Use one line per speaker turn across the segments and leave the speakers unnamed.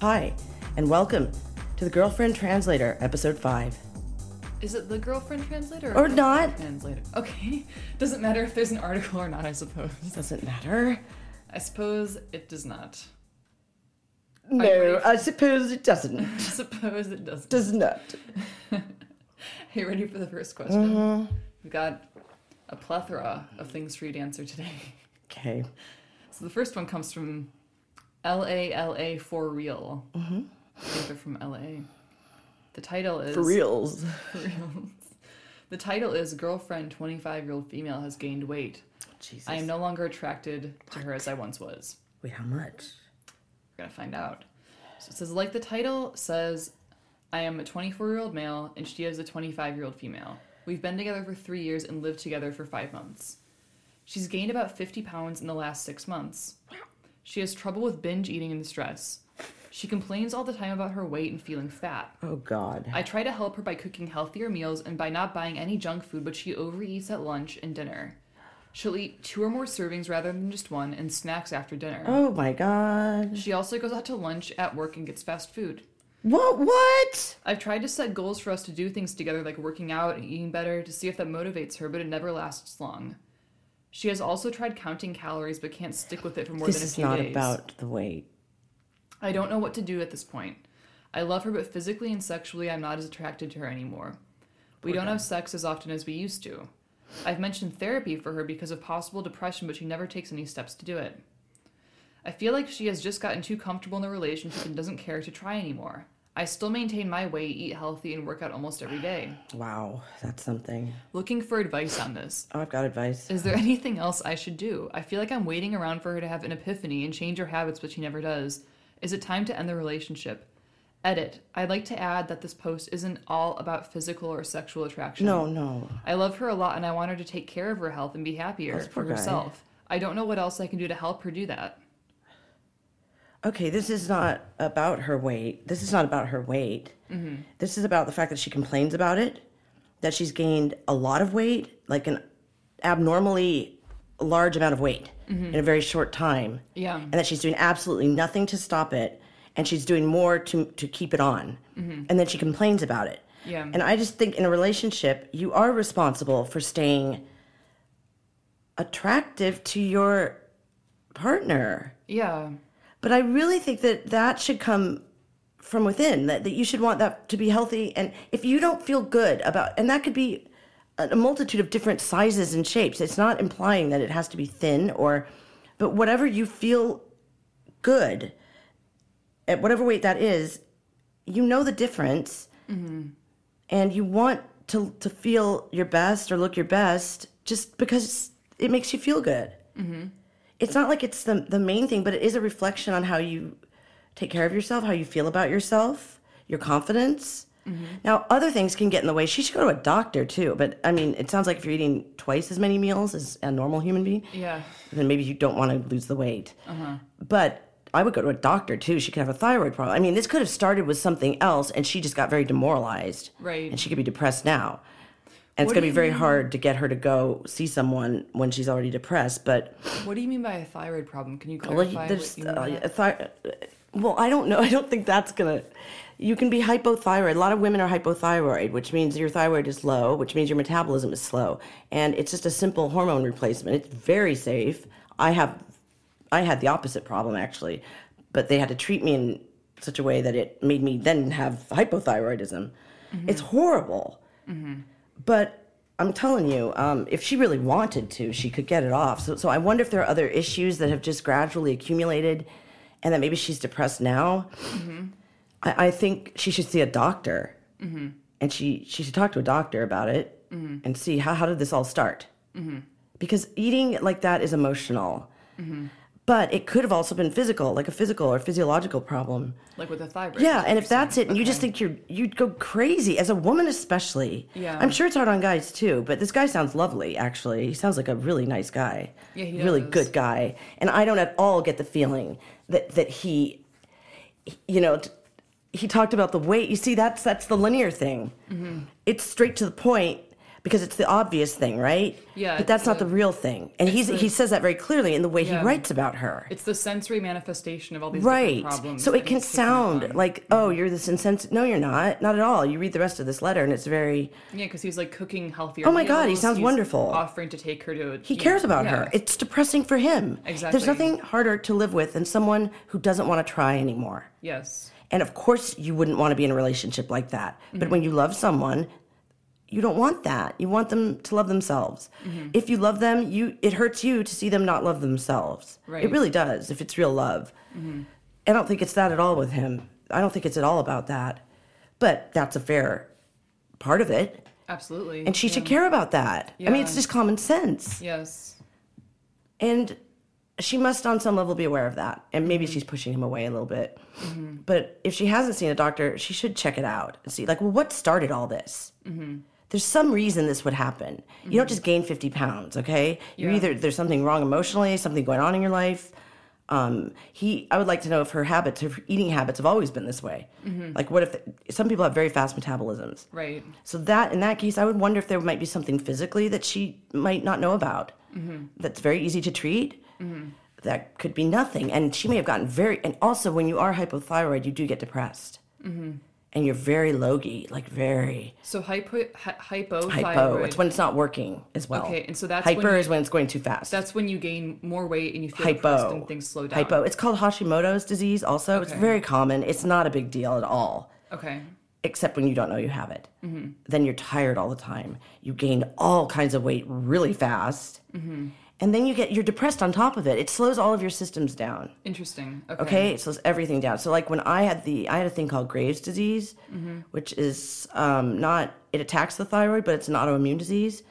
Hi, and welcome to the Girlfriend Translator, Episode 5.
Is it the girlfriend translator
Or
the
not.
girlfriend translator? Okay, doesn't matter if there's an article or not. I suppose.
Doesn't matter.
I suppose it does not.
No, I suppose it doesn't.
I suppose it does. not
Does not.
Are you ready for the first question?
Uh-huh.
We've got a plethora of things for you to answer today.
Okay.
So the first one comes from L A L A for real. Mm-hmm. I think they're from L A. The title is
For reals.
For reals. The title is girlfriend. Twenty five year old female has gained weight.
Jesus.
I am no longer attracted to her as I once was.
Wait, how much?
We're gonna find out. So it says, like the title says, I am a 24 year old male and she is a 25 year old female. We've been together for three years and lived together for five months. She's gained about 50 pounds in the last six months. She has trouble with binge eating and stress. She complains all the time about her weight and feeling fat.
Oh, God.
I try to help her by cooking healthier meals and by not buying any junk food, but she overeats at lunch and dinner. She'll eat two or more servings rather than just one and snacks after dinner.
Oh, my God.
She also goes out to lunch at work and gets fast food.
What? What?
I've tried to set goals for us to do things together, like working out and eating better, to see if that motivates her, but it never lasts long. She has also tried counting calories, but can't stick with it for more
This
than a
is
few
not
days.
about the weight.
I don't know what to do at this point. I love her, but physically and sexually, I'm not as attracted to her anymore. We don't have sex as often as we used to. I've mentioned therapy for her because of possible depression, but she never takes any steps to do it. I feel like she has just gotten too comfortable in the relationship and doesn't care to try anymore. I still maintain my weight, eat healthy, and work out almost every day.
Wow, that's something.
Looking for advice on this.
Oh, I've got advice.
Is there anything else I should do? I feel like I'm waiting around for her to have an epiphany and change her habits, but she never does. Is it time to end the relationship? Edit. I'd like to add that this post isn't all about physical or sexual attraction.
No, no.
I love her a lot and I want her to take care of her health and be happier
This poor
for
guy.
herself. I don't know what else I can do to help her do that.
Okay, this is not about her weight. This is not about her weight.
Mm-hmm.
This is about the fact that she complains about it, that she's gained a lot of weight, like an abnormally large amount of weight in a very short time,
Mm-hmm. Yeah.
and that she's doing absolutely nothing to stop it, and she's doing more to to keep it on, and then she complains about it.
Mm-hmm. Yeah.
And I just think in a relationship, you are responsible for staying attractive to your partner.
Yeah.
But I really think that that should come from within, that, that you should want that to be healthy. And if you don't feel good about, and that could be a a multitude of different sizes and shapes. It's not implying that it has to be thin or, but whatever you feel good at, whatever weight that is, you know the difference and you want to, to feel your best or look your best just because it makes you feel good it's not like it's the the main thing, but it is a reflection on how you take care of yourself, how you feel about yourself, your confidence. Now, other things can get in the way. She should go to a doctor too. But I mean, it sounds like if you're eating twice as many meals as a normal human being,
Yeah.
then maybe you don't want to lose the weight.
Uh-huh.
But I would go to a doctor too. She could have a thyroid problem. I mean, this could have started with something else, and she just got very demoralized.
Right.
And she could be depressed now. And
What
it's going to
do you
be very
mean?
hard to get her to go see someone when she's already depressed. But
What do you mean by a thyroid problem? Can you
well, you-
clarify
there's,
what you mean by
uh,
that?
a thy- well, I don't know. I don't think that's gonna. You can be hypothyroid. A lot of women are hypothyroid, which means your thyroid is low, which means your metabolism is slow, and it's just a simple hormone replacement. It's very safe. I have, I had the opposite problem actually, but they had to treat me in such a way that it made me then have hypothyroidism.
Mm-hmm.
It's horrible. But I'm telling you, um, if she really wanted to, she could get it off. So, so I wonder if there are other issues that have just gradually accumulated, and that maybe she's depressed now. I, I think she should see a doctor, and she she should talk to a doctor about it and see how how did this all start. Because eating like that is emotional, but it could have also been physical, like a physical or physiological problem.
Like with a thyroid.
Yeah,
is what
and
you're
if that's
saying.
it, and you just
Okay.
think you're you'd go crazy as a woman, especially.
Yeah.
I'm sure it's hard on guys too, but this guy sounds lovely. Actually, he sounds like a really nice guy.
Yeah, he
really
does.
good guy, and I don't at all get the feeling that that he, you know, t-
Mm-hmm.
he talked about the weight. You see, that's that's the linear thing. It's straight to the point. because it's the obvious thing, right?
Yeah,
But that's
it's
not
the-
the real thing. And he's,
the-
he says that very clearly in the way
Yeah.
he writes about her.
It's the sensory manifestation of all these different
Right.
problems.
So
that
it can
makes different
sound
fun.
like, oh, you're this insensitive. No, you're not. Not at all. You read the rest of this letter and it's very.
yeah, because he's like cooking healthier.
Oh my God, he
meals,
sounds
he's
wonderful.
Offering to take her to.
He cares about her.
It's
It's depressing for him.
Exactly.
There's nothing harder to live with than someone who doesn't want to try anymore.
yes.
And of course, you wouldn't want to be in a relationship like that. But when you love someone, you don't want that. You want them to love themselves.
Mm-hmm.
If you love them, you it hurts you to see them not love themselves.
Right. Mm-hmm.
It really does if it's real love. I don't think it's that at all with him. I don't think it's at all about that. But that's a fair part of it,
Absolutely.
and she should
yeah.
care about that. I mean,
Yeah.
it's just common sense.
Yes.
And she must, on some level, be aware of that. And maybe she's pushing him away a little bit. But if she hasn't seen a doctor, she should check it out and see, like, well, what started all this? There's some reason this would happen. You don't just gain 50 pounds, okay? You're
Yeah.
either there's something wrong emotionally, something going on in your life. Um, he, I would like to know if her habits, her eating habits, have always been this way. Like, what if some people have very fast metabolisms?
Right.
So that in that case, I would wonder if there might be something physically that she might not know about. That's very easy to treat. That could be nothing, and she may have gotten very. And also, when you are hypothyroid, you do get depressed, and you're very logy, like very
So hypo hy- hypothyroid.
hypo. It's when it's not working as well.
Okay, and so that's when
hyper
you-
is when it's going too fast.
That's when you gain more weight and you feel depressed
hypo.
and things slow down.
Hypo. It's called Hashimoto's disease. Also, it's
Okay.
very common. It's not a big deal at all.
Okay.
except when you don't know you have it. Then you're tired all the time. You gain all kinds of weight really fast. And then you get you're depressed on top of it. It slows all of your systems down.
Interesting. Okay.
Okay, it slows everything down. So like when I had the I had a thing called Graves' disease, which is um, not it attacks the thyroid, but it's an autoimmune disease,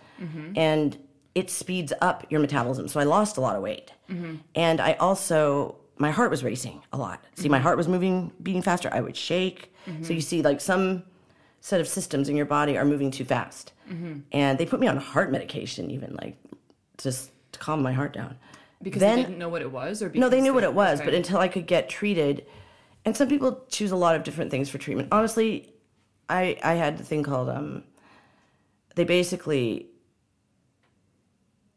and it speeds up your metabolism. So I lost a lot of weight, and I also my heart was racing a lot. See, my heart was moving, beating faster. I would shake. So you see, like some set of systems in your body are moving too fast, and they put me on heart medication, even like just to calm my heart down.
Because they didn't know what it was, or because
No, they knew what it was,
okay.
but until I could get treated, and some people choose a lot of different things for treatment. Honestly, I I had the thing called um. They basically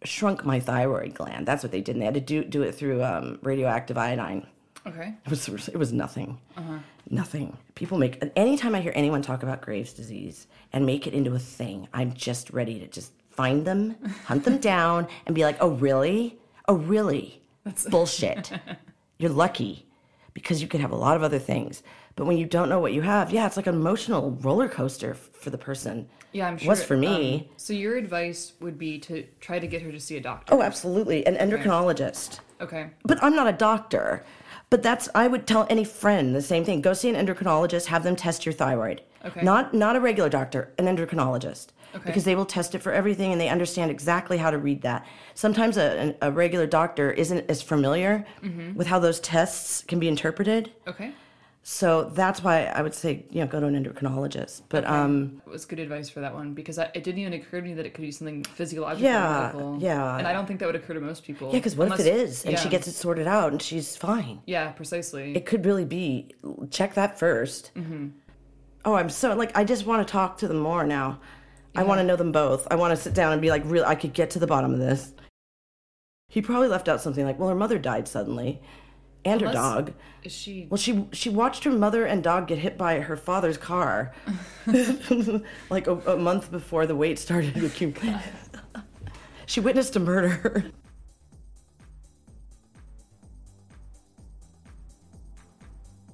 shrunk my thyroid gland. That's what they did. And they had to do do it through um, radioactive iodine.
okay.
It was it was nothing,
Uh-huh.
nothing. People make anytime I hear anyone talk about Graves' disease and make it into a thing, I'm just ready to just find them, hunt them down, and be like, "Oh really? Oh really? That's bullshit. You're lucky because you could have a lot of other things, but when you don't know what you have, yeah, it's like an emotional roller coaster f- for the person.
Yeah, I'm
It
sure.
Was for me.
um, so your advice would be to try to get her to see a doctor.
oh, absolutely, an endocrinologist.
Okay.
but I'm not a doctor. But that's I would tell any friend the same thing. Go see an endocrinologist, have them test your thyroid.
Okay.
Not not a regular doctor, an endocrinologist.
Okay.
Because they will test it for everything and they understand exactly how to read that. Sometimes a, an- a regular doctor isn't as familiar
Mm-hmm.
with how those tests can be interpreted.
Okay.
So that's why I would say, you know, go to an endocrinologist. But um
It was good advice for that one because I, it didn't even occur to me that it could be something physiological.
Yeah,
medical.
yeah.
And I don't think that would occur to most people.
yeah, because what if it
unless-
is and she
yeah.
gets it sorted out and she's fine?
Yeah, precisely.
it could really be check that 1st oh i'm so like i just want to talk to them more now i want to know them both i want to sit down and be like real i could get to the bottom of this he probably left out something like well her mother died suddenly and her
Unless-
dog
Is she?
well she she watched her mother and dog get hit by her father's car like a, a month before the wait started with Cuba. she witnessed a murder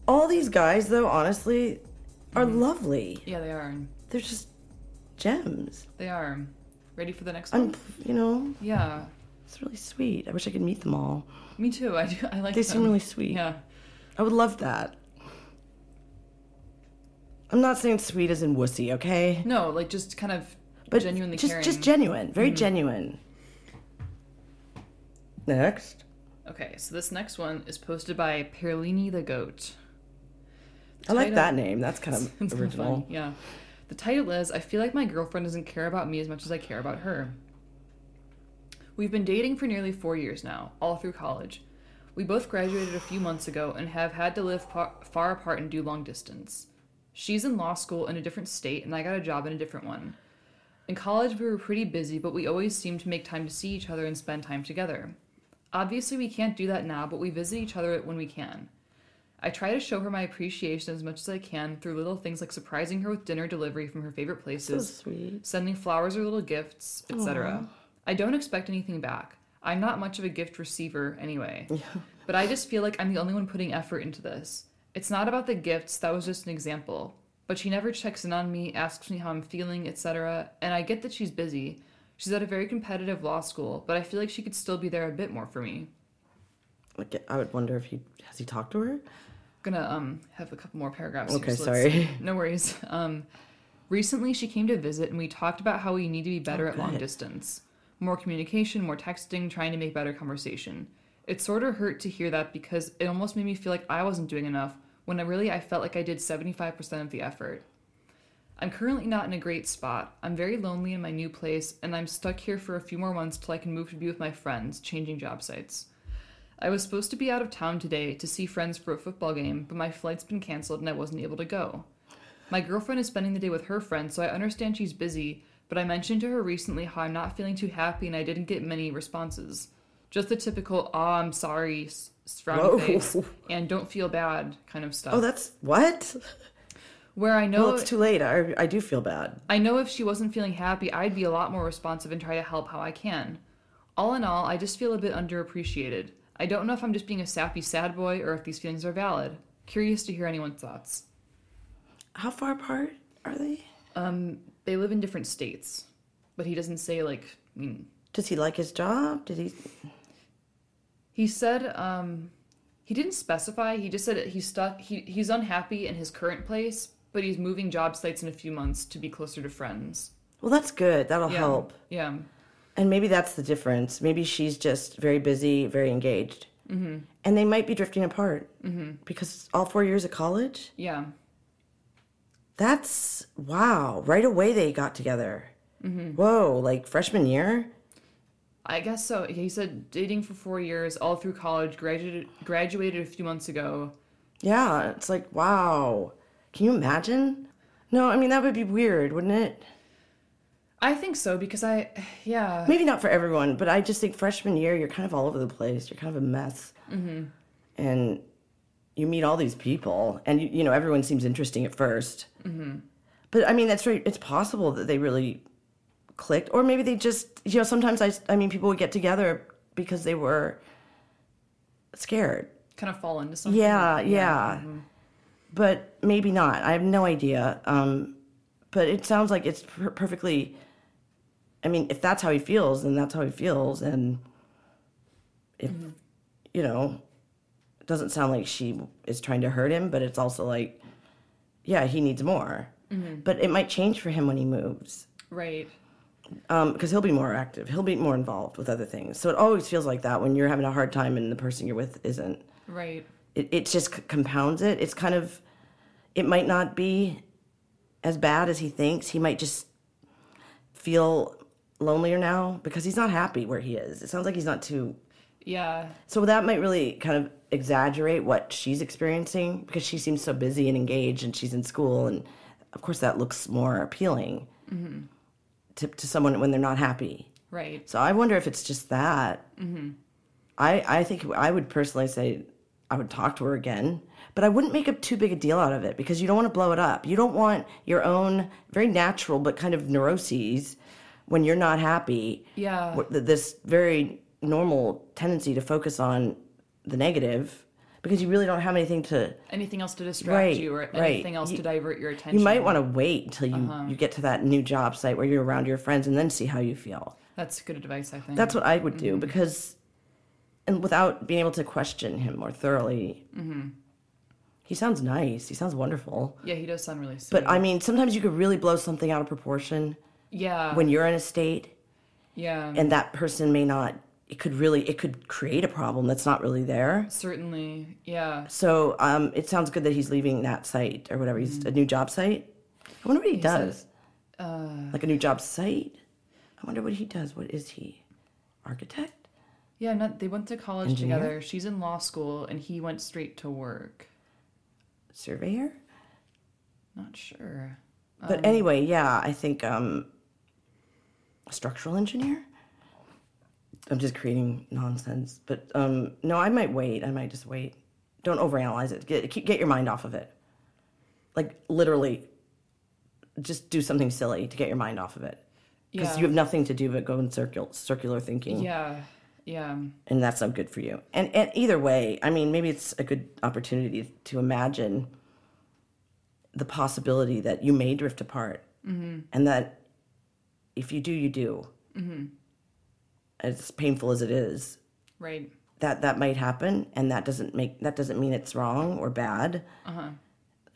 all these guys though honestly are lovely
Yeah, they are.
they're just gems
They are. Ready for the next
i'm
one?
you know
Yeah.
it's really sweet i wish i could meet them all
Me too. I do. I like.
they seem
them.
really sweet
Yeah.
I would love that. I'm not saying sweet as in wussy, okay?
No, like just kind of
But
genuinely
just
caring. Mm-hmm.
just genuine, very genuine. Next.
okay, so this next one is posted by Perlini the goat.
I like
Title-
that name. That's kind of
It's kinda
original.
fun, Yeah. The title is I feel like my girlfriend doesn't care about me as much as I care about her. We've been dating for nearly four years now, all through college. We both graduated a few months ago and have had to live par- far apart and do long distance. She's in law school in a different state, and I got a job in a different one. In college, we were pretty busy, but we always seemed to make time to see each other and spend time together. Obviously, we can't do that now, but we visit each other when we can. I try to show her my appreciation as much as I can through little things like surprising her with dinner delivery from her favorite
So
places,
sweet.
sending flowers or little gifts, etc. I don't expect anything back. I'm not much of a gift receiver anyway. But I just feel like I'm the only one putting effort into this. It's not about the gifts, that was just an example. But she never checks in on me, asks me how I'm feeling, etc. And I get that she's busy. She's at a very competitive law school, but I feel like she could still be there a bit more for me.
Like, I would wonder if he has he talked to her.
gonna um have a couple more paragraphs.
Okay,
so let's-
sorry.
No worries. Um, recently she came to visit and we talked about how we need to be better at long
Oh, good.
distance, more communication, more texting, trying to make better conversation. It sort of hurt to hear that because it almost made me feel like I wasn't doing enough when I really I felt like I did seventy five percent of the effort. I'm currently not in a great spot. I'm very lonely in my new place, and I'm stuck here for a few more months till I can move to be with my friends, changing job sites. I was supposed to be out of town today to see friends for a football game, but my flight's been canceled and I wasn't able to go. My girlfriend is spending the day with her friends, so I understand she's busy, but I mentioned to her recently how I'm not feeling too happy and I didn't get many responses. Just the typical, ah, I'm sorry, s-
Whoa.
frowny face, and don't feel bad kind of stuff.
Oh, that's what?
where I know
Well, it's too late. I, I do feel bad.
I know if she wasn't feeling happy, I'd be a lot more responsive and try to help how I can. All in all, I just feel a bit underappreciated. I don't know if I'm just being a sappy sad boy or if these feelings are valid. Curious to hear anyone's thoughts.
How far apart are they?
Um, they live in different states, but he doesn't say like. I mean,
Does he like his job? Did he?
he said um, he didn't specify. He just said that he's stuck. He he's unhappy in his current place, but he's moving job sites in a few months to be closer to friends.
Well, that's good. That'll
Yeah.
help.
Yeah.
And maybe that's the difference. Maybe she's just very busy, very engaged. Mm-hmm. And they might be drifting apart mm-hmm. because all four years of college,
Yeah.
that's wow. Right away they got together. Mm-hmm. Whoa, like freshman year?
I guess so. He said dating for four years, all through college, graduated graduated a few months ago.
Yeah, it's like, wow. Can you imagine? No, I mean, that would be weird, wouldn't it?
I think so because I, yeah,
Maybe not for everyone, but I just think freshman year, you're kind of all over the place. You're kind of a mess. Mm-hmm. And you meet all these people, and you, you know, everyone seems interesting at 1st Mm-hmm. But I mean, that's right. It's possible that they really clicked, or maybe they just, you know, sometimes I, I mean, people would get together because they were scared.
kind of fall into something.
Yeah, Mm-hmm. yeah. But maybe not. I have no idea. Um, but it sounds like it's per- perfectly. I mean, if that's how he feels, then that's how he feels, and if you know, it doesn't sound like she is trying to hurt him, but it's also like, yeah, he needs more. But it might change for him when he moves
Right.
because he'll be more active. He'll be more involved with other things. So it always feels like that when you're having a hard time and the person you're with isn't
Right.
it, it just c- compounds it. It's kind of, it might not be as bad as he thinks. He might just feel lonelier now because he's not happy where he is. It sounds like he's not too.
Yeah.
So that might really kind of exaggerate what she's experiencing because she seems so busy and engaged and she's in school. And of course, that looks more appealing to, to someone when they're not happy.
Right.
So I wonder if it's just that. I I think I would personally say I would talk to her again, but I wouldn't make a too big a deal out of it because you don't want to blow it up. You don't want your own very natural but kind of neuroses when you're not happy.
Yeah.
wh- th- This very normal tendency to focus on the negative because you really don't have anything to
Anything else to distract
Right,
you or
right.
anything else
You-
to divert your attention?
you might want to wait until you, you get to that new job site where you're around your friends and then see how you feel.
That's good advice, I think.
That's what I would do
Mm-hmm.
because, and without being able to question him more thoroughly,
Mm-hmm.
he sounds nice. He sounds wonderful.
yeah. He does sound really. Sweet.
But I mean, sometimes you could really blow something out of proportion
yeah.
when you're in a state,
yeah.
and that person may not. It could really, it could create a problem that's not really there.
certainly. Yeah.
So um, it sounds good that he's leaving that site or whatever. He's a new job site. I wonder what he, does.
Mm-hmm. says, Uh.
like a new job site. I wonder what he does. What is he? Architect?
Yeah. Not. They went to college
Engineer?
together. She's in law school, and he went straight to work.
Surveyor?
Not sure.
But anyway, yeah, I think um, a structural engineer. I'm just creating nonsense, but um, no, I might wait. I might just wait. Don't overanalyze it. Get keep- get your mind off of it. Like literally, just do something silly to get your mind off of it because
Yeah.
you have nothing to do but go in circular circular thinking,
yeah. Yeah.
and that's not good for you. And and either way, I mean, maybe it's a good opportunity to imagine the possibility that you may drift apart, and that if you do, you do. As painful as it is,
Right.
that that might happen and that doesn't make that doesn't mean it's wrong or bad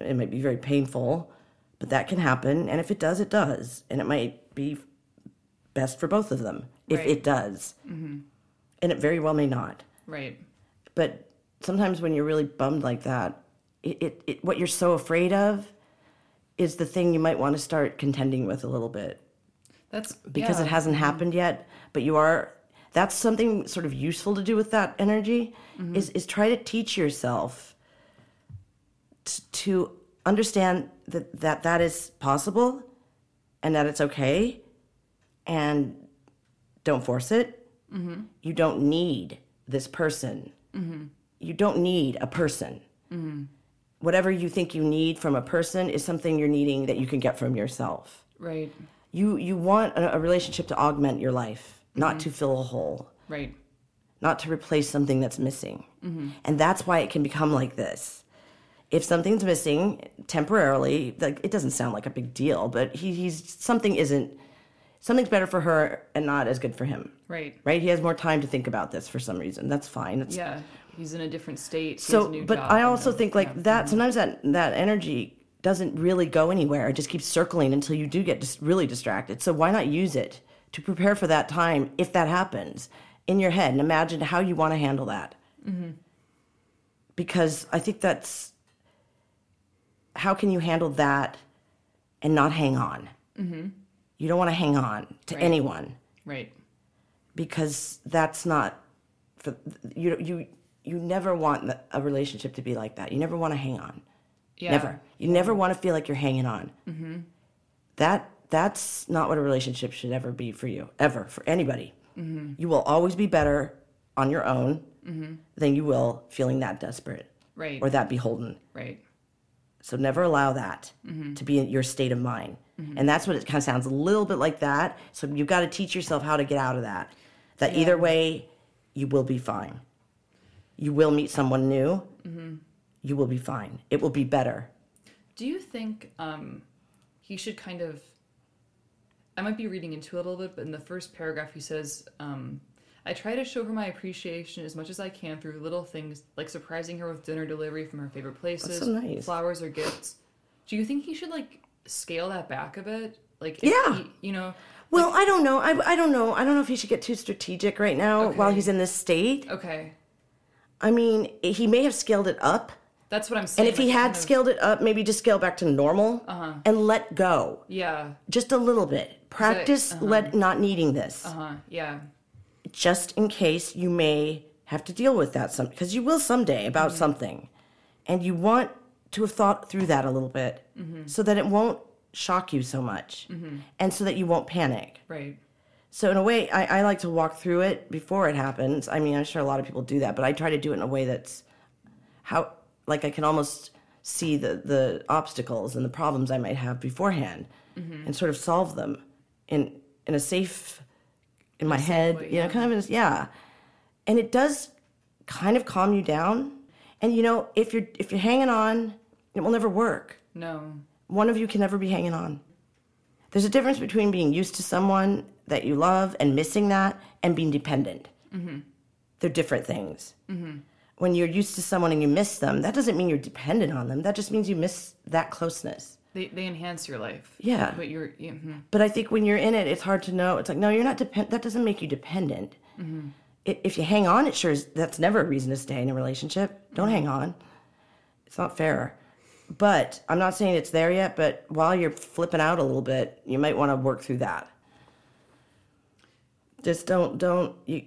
it might be very painful but that can happen and if it does it does and it might be best for both of them if
Right.
it does and it very well may not
Right.
but sometimes when you're really bummed like that it, it, it what you're so afraid of is the thing you might want to start contending with a little bit
That's
because it
yeah.
hasn't happened yet but you are that's something sort of useful to do with that energy is is try to teach yourself t- to understand that that that is possible and that it's okay and don't force it you don't need this person you don't need a person whatever you think you need from a person is something you're needing that you can get from yourself
Right.
you you want a, a relationship to augment your life not to fill a hole
Right.
not to replace something that's missing and that's why it can become like this if something's missing temporarily like it doesn't sound like a big deal but he, he's something isn't something's better for her and not as good for him
Right.
right he has more time to think about this for some reason that's fine it's
Yeah. He's in a different state. he has a
so
new
but
job,
i
you
also
know. Mm-hmm.
think like that sometimes that that energy doesn't really go anywhere it just keeps circling until you do get dis- really distracted so why not use it to prepare for that time if that happens in your head and imagine how you want to handle that
Mm-hmm.
because i think that's how can you handle that and not hang on you don't want to hang on to
Mm-hmm. Right.
anyone
Right.
because that's not for you you you never want the- a relationship to be like that you never want to hang on
Yeah.
never you never want to feel like you're hanging on mm-hmm. that that's not what a relationship should ever be for you ever for anybody you will always be better on your own than you will feeling that desperate
Right.
or that beholden
Right.
so never allow that
Mm-hmm.
to be your state of mind. And that's what it kind of sounds a little bit like that. So you've got to teach yourself how to get out of that. That either way, you will be fine. You will meet someone new.
Mm-hmm.
You will be fine. It will be better.
Do you think um, he should kind of? I might be reading into it a little bit, but in the first paragraph, he says, um, "I try to show her my appreciation as much as I can through little things like surprising her with dinner delivery from her favorite places,
so nice.
flowers or gifts." Do you think he should like scale that back a bit? Like, if
Yeah.
he- you know,
Well, I don't know. I, I don't know. I don't know if he should get too strategic right now while
Okay.
he's in this state.
okay,
I mean, he may have scaled it up.
that's what I'm
And
saying.
if he
like,
had
kind of- Uh-huh.
scaled it up, maybe just scale back to normal and let go.
yeah,
just a little bit. Practice
Uh-huh.
let not needing this,
uh huh, yeah,
just in case you may have to deal with that some because you will someday about something, and you want to have thought through that a little bit so that it won't shock you so much, and so that you won't panic.
right,
So in a way, I, I like to walk through it before it happens. I mean, I'm sure a lot of people do that, but I try to do it in a way that's how like I can almost see the the obstacles and the problems I might have beforehand, and sort of solve them in in a safe in my head.
way,
you know, kind of in, yeah. And it does kind of calm you down. And you know, if you're if you're hanging on, it will never work
no,
one of you can never be hanging on. There's a difference between being used to someone that you love and missing that and being dependent. They're different things. When you're used to someone and you miss them, that doesn't mean you're dependent on them. That just means you miss that closeness.
they they enhance your life,
Yeah.
but you're yeah, mhm,
But I think when you're in it, it's hard to know. It's like, no, you're not dependent. That doesn't make you dependent.
Mm-hmm.
I- If you hang on, it sure is. That's never a reason to stay in a relationship. Don't hang on. It's not fair. But I'm not saying it's there yet, but while you're flipping out a little bit, you might want to work through that. Just don't, don't, you,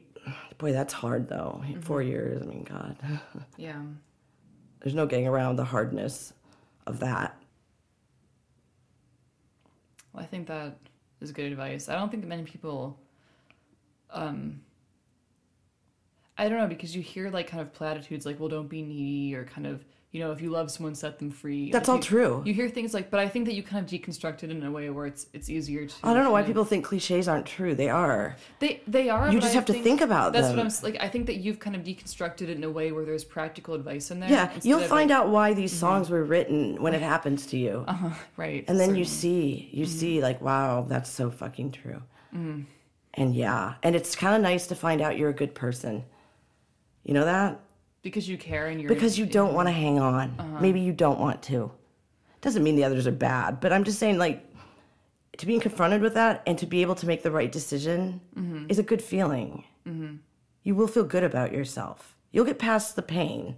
boy, that's hard though.
Mm-hmm.
Four years, I mean, God.
yeah,
There's no getting around the hardness of that.
well, I think that is good advice. I don't think that many people. Um, I don't know because you hear like kind of platitudes like "well, don't be needy" or kind of you know if you love someone, set them free.
That's
Like,
all
you-
true.
You hear things like, but I think that you kind of deconstruct it in a way where it's it's easier to.
I don't know why
kind of-
people think cliches aren't true. They are.
They they are.
You
but
just
I
have to think about
That's
them.
what I'm s- like. I think that you've kind of deconstructed it in a way where there's practical advice in there.
Yeah,
instead
you'll
of,
find out why these songs were written when it happens to you.
like, Mm-hmm. uh-huh, right.
and then you
certainly. Mm-hmm.
see, you see, like, wow, that's so fucking true. And yeah, and it's kind of nice to find out you're a good person. You know that?
because you care and you're
Because you don't want to hang on. Maybe you don't want to. Doesn't mean the others are bad, but I'm just saying, like, to be confronted with that and to be able to make the right decision is a good feeling. You will feel good about yourself. You'll get past the pain,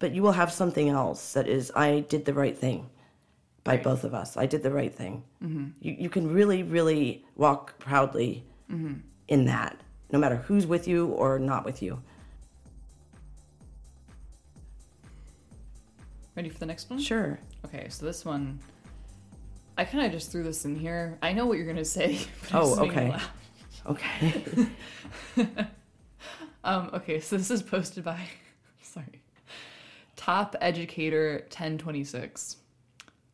but you will have something else that is, I did the right thing by both of us. I did the right thing. You, you can really, really walk proudly in that, no matter who's with you or not with you.
ready for the next one.
Sure.
Okay, so this one, I kind of just threw this in here. I know what you're gonna say. But it
Oh,
just made me
okay.
laugh.
Okay.
Um, okay, so this is posted by, sorry, Top Educator 1026.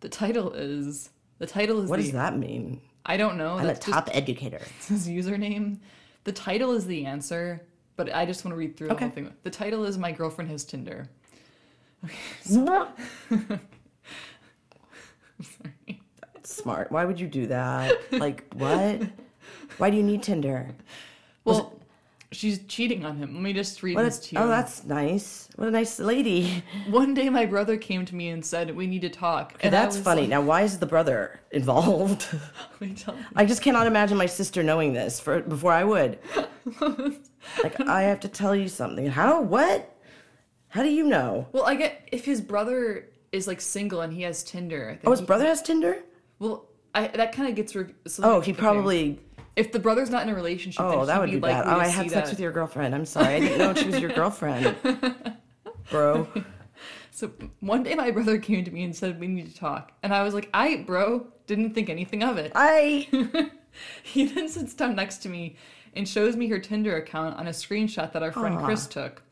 The title is the title is
What
the,
does that mean?
I don't know.
I'm a
that's just
top educator.
his username. The title is the answer, but I just want to read through the
Okay.
whole thing. The title is My Girlfriend Has Tinder.
Smart. Why would you do that? Like what? Why do you need Tinder? Oh,
Well, she's cheating on him. Let me just read
What
this
a-
to you.
oh, that's nice. What a nice lady.
One day my brother came to me and said, We need to talk. and I
that's
was
funny. Now, why is the brother involved?
Like, "Wait till-"
I just cannot imagine my sister knowing this for, before I would. like I have to tell you something. How? What? How do you know?
well, I get if his brother is like single and he has Tinder. I think
Oh, his
he-
brother has Tinder.
Well, I, that kind of gets. Re- so
Oh,
like,
he
okay.
probably.
If the brother's not in a relationship, then
Oh, that
he'd
would be
likely
bad. Oh,
to
I
see
had
that.
sex with your girlfriend. I'm sorry. I didn't know she was your girlfriend, bro.
So one day my brother came to me and said, We need to talk. And I was like, I, bro, didn't think anything of it.
I.
he then sits down next to me and shows me her Tinder account on a screenshot that our friend
Aw.
Chris took.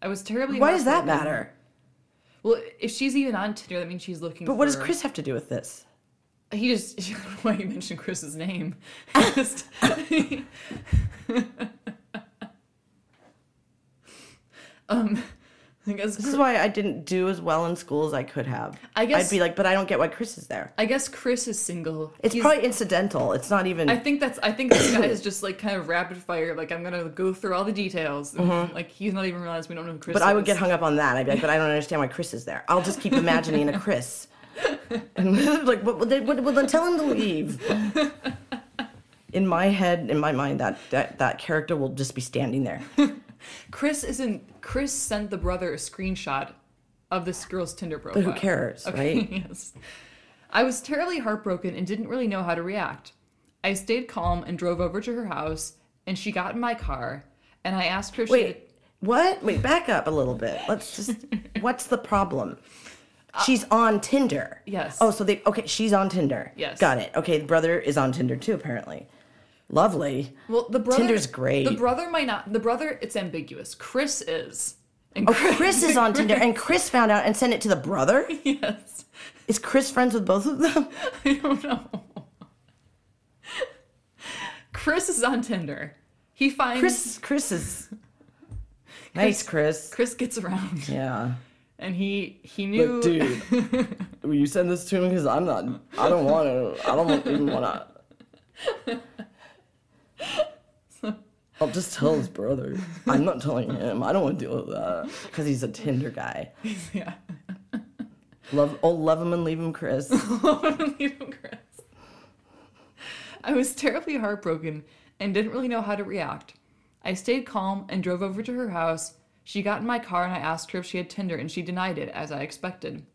I was terribly.
Why does that
heartbroken.
matter?
Well, if she's even on Tinder, that means she's looking.
But what does
for-
Chris have to do with this?
He just. I don't know why you mentioned Chris's name. He just- um, I guess
This is why I didn't do as well in school as I could have.
I guess-
I'd be like, but I don't get why Chris is there.
I guess Chris is single.
It's
He's-
probably incidental. It's not even.
I think that's. I think this guy is just like kind of rapid fire. Like I'm gonna go through all the details. Like he's not even realized we don't know who Chris.
Mm-hmm. but I would
is.
get hung up on that. I'd be like, but I don't understand why Chris is there. I'll just keep imagining a Chris. And like, what, what, what, well, then tell him to leave. In my head, in my mind, that, that that character will just be standing there.
Chris isn't. Chris sent the brother a screenshot of this girl's Tinder profile.
But who cares,
Okay,
right?
yes. I was terribly heartbroken and didn't really know how to react. I stayed calm and drove over to her house, and she got in my car, and I asked her. If She
Wait, what? Wait, back up a little bit. Let's just. what's the problem? She's on Tinder.
Uh, Yes.
Oh, so they. Okay, she's on Tinder.
Yes.
Got it. Okay, the brother is on Tinder too, apparently. Lovely.
well, the brother.
Tinder's great.
The brother might not. The brother. It's ambiguous. Chris is. And
Oh, Chris is on Tinder, and Chris found out and sent it to the brother?
yes.
Is Chris friends with both of them?
I don't know. Chris is on Tinder. He finds
Chris, Chris is. Nice, Chris.
Chris gets around,
Yeah.
and he he knew.
dude, will you send this to me? Because I'm not. I don't want to. I don't even want to. I'll just tell his brother. I'm not telling him. I don't want to deal with that because he's a Tinder guy.
yeah.
Love, oh, love him and leave him, Chris.
Little Chris. I was terribly heartbroken and didn't really know how to react. I stayed calm and drove over to her house. She got in my car and I asked her if she had Tinder, and she denied it, as I expected.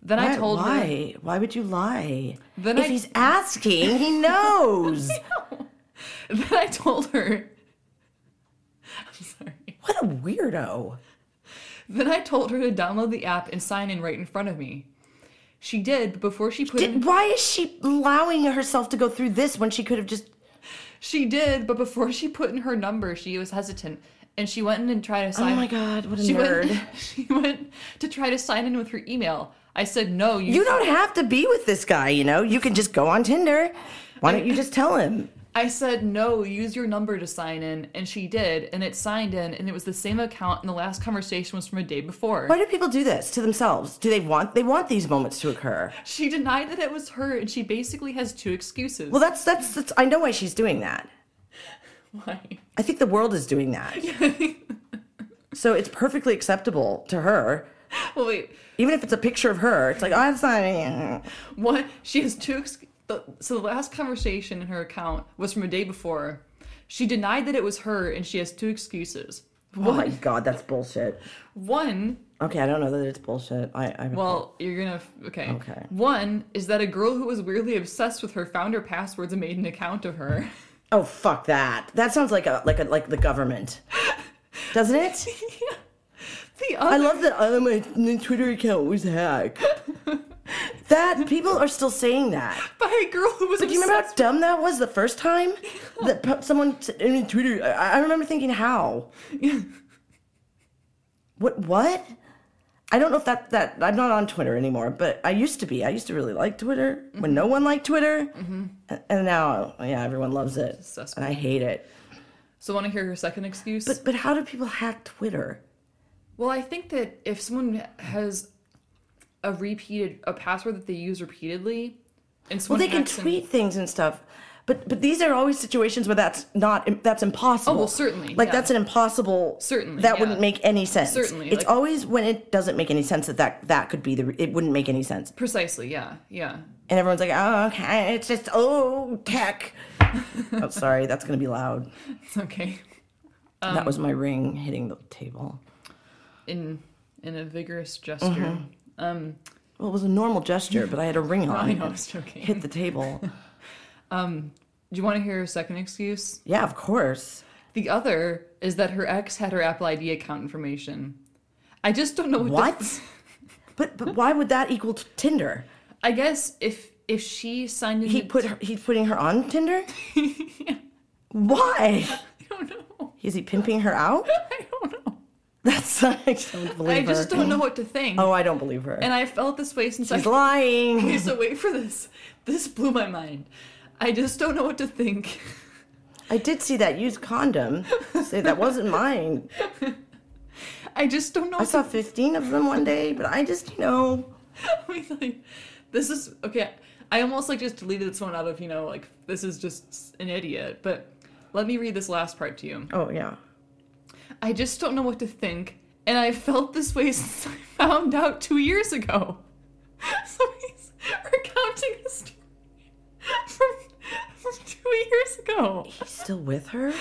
Then I
Why-
told
why?
her.
Why would you lie?
Then
if
I-
he's asking, he knows.
Then I told her. I'm sorry.
what a weirdo.
Then I told her to download the app and sign in right in front of me. She did, but before she put in
Did, why is she allowing herself to go through this when she could have just?
she did, but before she put in her number, she was hesitant and she went in and tried to
Oh
sign
my god, what a
She
nerd!
went she went to try to sign in with her email. I said, "No, you,
You don't have to be with this guy. You know, you can just go on Tinder. Why don't you just tell him?
I said, no, use your number to sign in. And she did. And it signed in. And it was the same account. And the last conversation was from a day before.
Why do people do this to themselves? Do they want they want these moments to occur?
She denied that it was her. And she basically has two excuses.
Well, that's that's, that's I know why she's doing that.
Why?
I think the world is doing that. so it's perfectly acceptable to her,
Well, wait.
even if it's a picture of her. It's like oh, it's not.
What? She has two. Ex- the, so the last conversation in her account was from a day before. She denied that it was her. And she has two excuses.
Oh my god, that's bullshit.
One,
Okay, I don't know that it's bullshit. I, I
well, you're gonna. Okay.
Okay.
One is that a girl who was weirdly obsessed with her found her passwords and made an account of her.
oh fuck that. That sounds like a like a like the government, doesn't it?
The
I
other.
love that uh, my my Twitter account was hacked. that people are still saying that.
by a girl who was
Do you remember how dumb that was the first time that pu- someone t- I mean, Twitter? I, I remember thinking how. What? What? I don't know if that that I'm not on Twitter anymore, but I used to be. I used to really like Twitter when no one liked Twitter, A- and now yeah, everyone loves it, and
suspect.
I hate it.
So want to hear her second excuse?
But but how do people hack Twitter?
well, I think that if someone has a repeated a password that they use repeatedly, and
Well,
someone
they can
hacks and-
tweet things and stuff, but but these are always situations where that's not that's impossible.
Oh, well, certainly,
Like
yeah.
that's an impossible.
Certainly,
that
yeah.
wouldn't make any sense.
Certainly,
it's
like-
always when it doesn't make any sense that, that that could be the. re- It wouldn't make any sense,
precisely, yeah, yeah.
and everyone's like, "Oh, okay, it's just oh tech." oh, sorry, that's gonna be loud.
It's okay.
that was my ring hitting the table.
In in a vigorous gesture.
Uh-huh.
Um,
Well, it was a normal gesture, but I had a ring on.
I know, I
and
was joking.
Hit the table.
Do you want to hear her second excuse?
yeah, of course.
The other is that her ex had her Apple ID account information. I just don't know what.
What?
this-
But but why would that equal t- Tinder?
I guess if if she signed in,
He
to-
put her, he's putting her on Tinder. Why?
I don't know.
Is he pimping her out?
I don't know.
That's I don't
I
believe her.
just don't know what to think.
Oh, I don't believe her.
And I felt this way since
He's
I.
lying.
Okay, so wait for this. This blew my mind. I just don't know what to think.
I did see that used condom. Say that wasn't mine.
I just don't know.
I saw 15 of them one day, but I just, you know,
I mean, like, this is okay. I almost like just deleted this one out of you know like this is just an idiot. But let me read this last part to you.
oh yeah.
I just don't know what to think, and I felt this way since I found out two years ago. So he's recounting a story from, from two years ago.
He's still with her?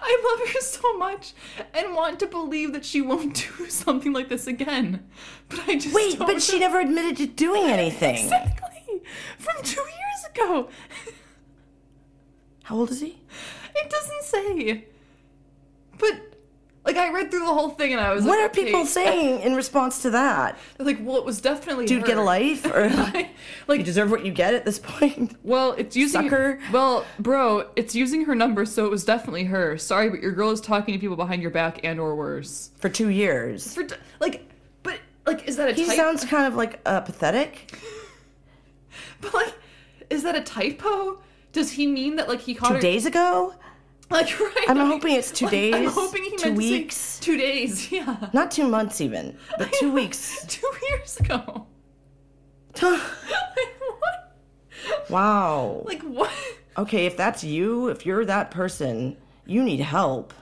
I love her so much and want to believe that she won't do something like this again. But I just
Wait,
don't
but she never admitted to doing anything.
exactly from two years ago.
How old is he?
It doesn't say. But like I read through the whole thing and I was
What are
like, okay.
people saying in response to that?
Like, well, it was definitely
Dude, get a
her.
life? Or
like,
you deserve what you get at this point?
well, it's using
Sucker.
Well, bro, it's using her number, so it was definitely her. Sorry, but your girl is talking to people behind your back and or worse.
For two years.
For d- like, but like, is that a
He
type?
sounds kind of like uh, pathetic.
But like, is that a typo? Does he mean that like he caught
Two
her?
days ago?
Like right?
I'm
like-
hoping it's two
like, I'm
days,
hoping he
two
meant to say
weeks.
two days. Yeah.
Not two months even, but two weeks.
two years ago. like what?
wow.
Like what?
Okay, if that's you, if you're that person, you need help.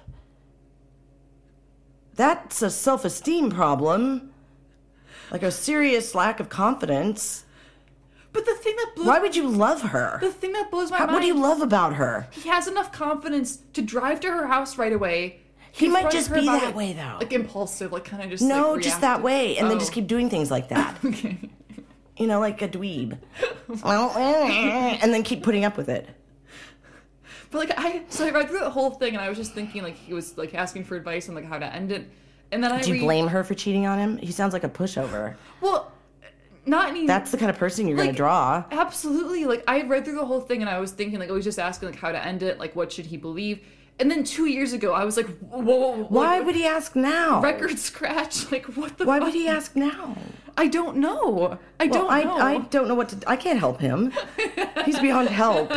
That's a self esteem problem. Like a serious lack of confidence.
But the thing that blew
Why would you love her?
the thing that blows my
How-
mind.
What do you love about her?
he has enough confidence to drive to her house right away.
He might
confront
just
her
be
about
that
it,
way, though.
Like impulsive, like kind of just
No,
like,
just that
reactive.
way. And then just
Oh.
keep doing things like that.
Okay.
You know, like a dweeb. Well, eh, and then keep putting up with it.
But like I, so I read through the whole thing, and I was just thinking, like he was like asking for advice on like how to end it, and then I
Do you
read,
blame her for cheating on him? He sounds like a pushover.
well, not any.
That's the kind of person you're going
Like-
to draw.
Absolutely. Like I read through the whole thing and I was thinking like I was just asking like how to end it, like what should he believe? And then two years ago I was like, whoa, whoa, whoa
Why
like,
would he ask now?
record scratch? Like what the
Why
fuck?
would he ask now?
I don't know. Oh. I
Well,
don't
I,
know.
I don't know what to. I can't help him. He's beyond help.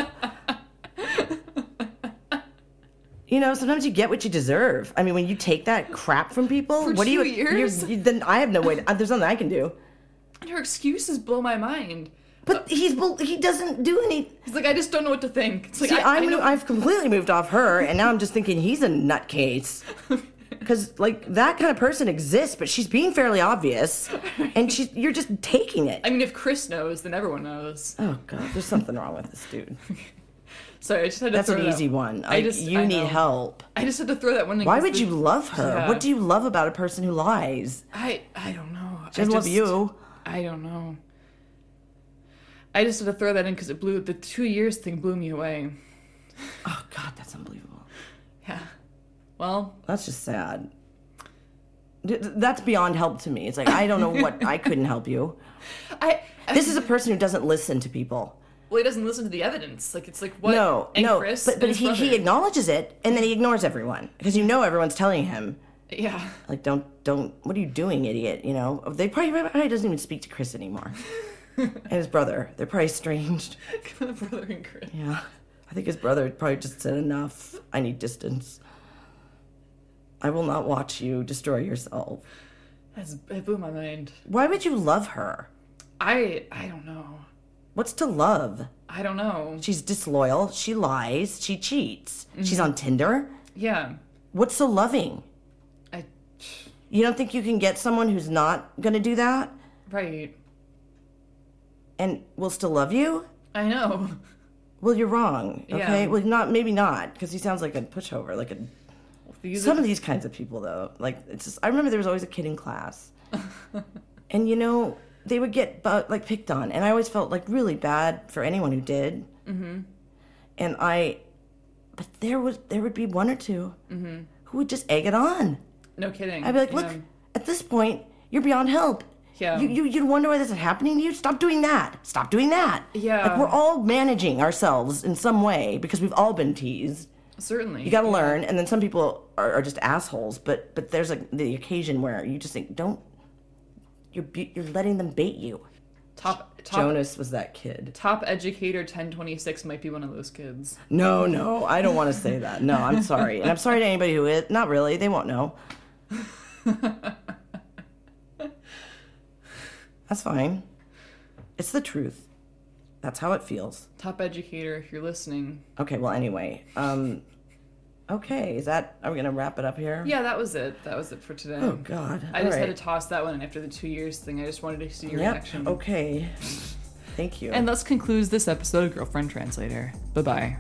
You know, sometimes you get what you deserve. I mean, when you take that crap from people,
For
what do you?
two
you-
years?
you- then I have no way. To, there's nothing I can do.
and her excuses blow my mind. Uh.
But he's bel- he doesn't do any.
It's like I just don't know what to think. It's like
See,
I,
I,
I
am
know-
I've completely moved off her, and now I'm just thinking he's a nutcase. Because like that kind of person exists, but she's being fairly obvious, and she's you're just taking it.
I mean if Chris knows, then everyone knows.
Oh god, there's something wrong with this dude.
Sorry, I just had to
That's
throw
an
that-
easy one.
I
Like,
just-
you
I
need
know.
help.
I just had to throw that one in
Why
'cause
would
the-
you love her?
Yeah.
What do you love about a person who lies?
I I don't know.
She doesn't
I
love
just-
you.
I don't know. I just had to throw that in because it blew the two years thing blew me away.
Oh god, that's unbelievable.
Yeah. Well,
That's just sad. D- th- That's beyond help to me. It's like I don't know what I couldn't help you.
I, I
This is a person who doesn't listen to people.
well, he doesn't listen to the evidence. Like it's like what?
no,
and
no.
Chris
but
and
but
his
he, he
brother.
acknowledges it and then he ignores everyone because you know everyone's telling him
yeah.
like don't don't what are you doing, idiot? You know they probably probably doesn't even speak to Chris anymore and his brother. They're probably estranged.
the brother and Chris.
Yeah. I think his brother probably just said, enough. I need distance. I will not watch you destroy yourself.
That's it blew my mind.
Why would you love her?
I I don't know.
What's to love?
I don't know.
She's disloyal. She lies. She cheats. She's on Tinder.
Yeah.
What's so loving?
I
You don't think you can get someone who's not going to do that
right.
and will still love you?
I know.
Well, you're wrong.
Yeah.
Okay. Well, not maybe not because he sounds like a pushover, like a
These
Some
are,
of these kinds of people, though, like it's just, I remember there was always a kid in class, and you know they would get bu- like picked on, and I always felt like really bad for anyone who did. Mm-hmm. And I, but there was there would be one or 2 who would just egg it on.
no kidding.
I'd be like, look,
Yeah.
at this point you're beyond help.
Yeah.
You, you you'd wonder why this is happening to you. Stop doing that. Stop doing that.
Yeah.
Like we're all managing ourselves in some way because we've all been teased.
certainly.
You got to learn, and then some people are, are just assholes. But but there's like the occasion where you just think, don't. You're be- you're letting them bait you.
top top
Jonas was that kid.
top educator 1026 might be one of those kids.
No, no, I don't want to say that. No, I'm sorry, and I'm sorry to anybody who is. Not really. They won't know. That's fine. It's the truth. That's how it feels.
Top educator, if you're listening.
Okay. Well, anyway. Um. Okay. Is that? Are we gonna wrap it up here?
Yeah, that was it. That was it for today.
Oh God.
I
All
just
right.
had to toss that one in after the two years thing. I just wanted to see your
Yep. Oh.
reaction.
Okay. Thank you.
And thus concludes this episode of Girlfriend Translator. Bye bye.